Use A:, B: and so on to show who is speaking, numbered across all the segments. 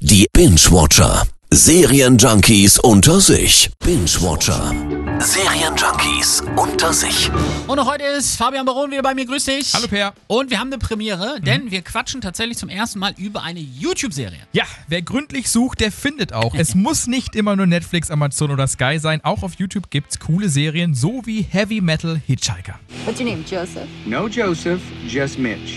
A: Die Binge-Watcher. Serienjunkies unter sich. Binge-Watcher. Serienjunkies unter sich.
B: Und auch heute ist Fabian Baron wieder bei mir. Grüß dich.
C: Hallo, Mhm. Per.
B: Und wir haben eine Premiere, denn wir quatschen tatsächlich zum ersten Mal über eine YouTube-Serie.
C: Ja, wer gründlich sucht, der findet auch. Es muss nicht immer nur Netflix, Amazon oder Sky sein. Auch auf YouTube gibt's coole Serien, so wie Heavy Metal Hitchhiker.
D: What's your name, Joseph?
E: No Joseph, just Mitch.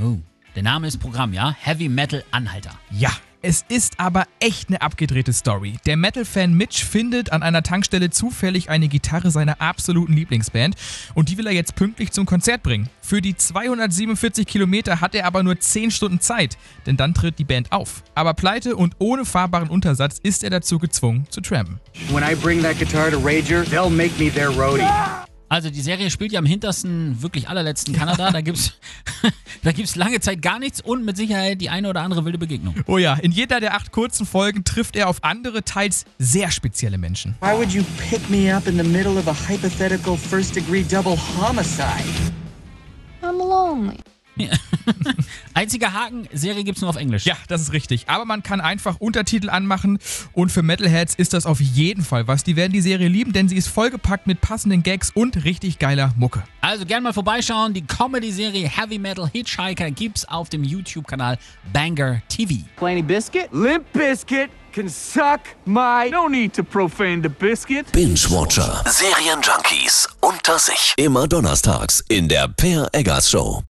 B: Oh. Der Name ist Programm, ja? Heavy Metal Anhalter.
C: Ja. Es ist aber echt eine abgedrehte Story. Der Metal-Fan Mitch findet an einer Tankstelle zufällig eine Gitarre seiner absoluten Lieblingsband und die will er jetzt pünktlich zum Konzert bringen. Für die 247 Kilometer hat er aber nur 10 Stunden Zeit, denn dann tritt die Band auf. Aber pleite und ohne fahrbaren Untersatz ist er dazu gezwungen zu trampen.
E: When I bring that guitar to Rager, they'll make me their roadie.
B: Also die Serie spielt ja am hintersten, wirklich allerletzten Kanada. Da gibt's, da gibt's lange Zeit gar nichts und mit Sicherheit die eine oder andere wilde Begegnung.
C: Oh ja, in jeder der acht kurzen Folgen trifft er auf andere, teils sehr spezielle Menschen.
F: Why would you pick me up in the middle of a hypothetical first degree double homicide?
D: I'm lonely.
B: Einziger Haken, Serie gibt's nur auf Englisch.
C: Ja, das ist richtig. Aber man kann einfach Untertitel anmachen und für Metalheads ist das auf jeden Fall was. Die werden die Serie lieben, denn sie ist vollgepackt mit passenden Gags und richtig geiler Mucke.
B: Also gern mal vorbeischauen. Die Comedy-Serie Heavy Metal Hitchhiker gibt's auf dem YouTube-Kanal Banger TV.
F: Blaney Biscuit?
G: Limp Biscuit can suck my. No need to profane the biscuit.
A: Binge-Watcher. Serienjunkies unter sich. Immer donnerstags in der Per Eggers Show.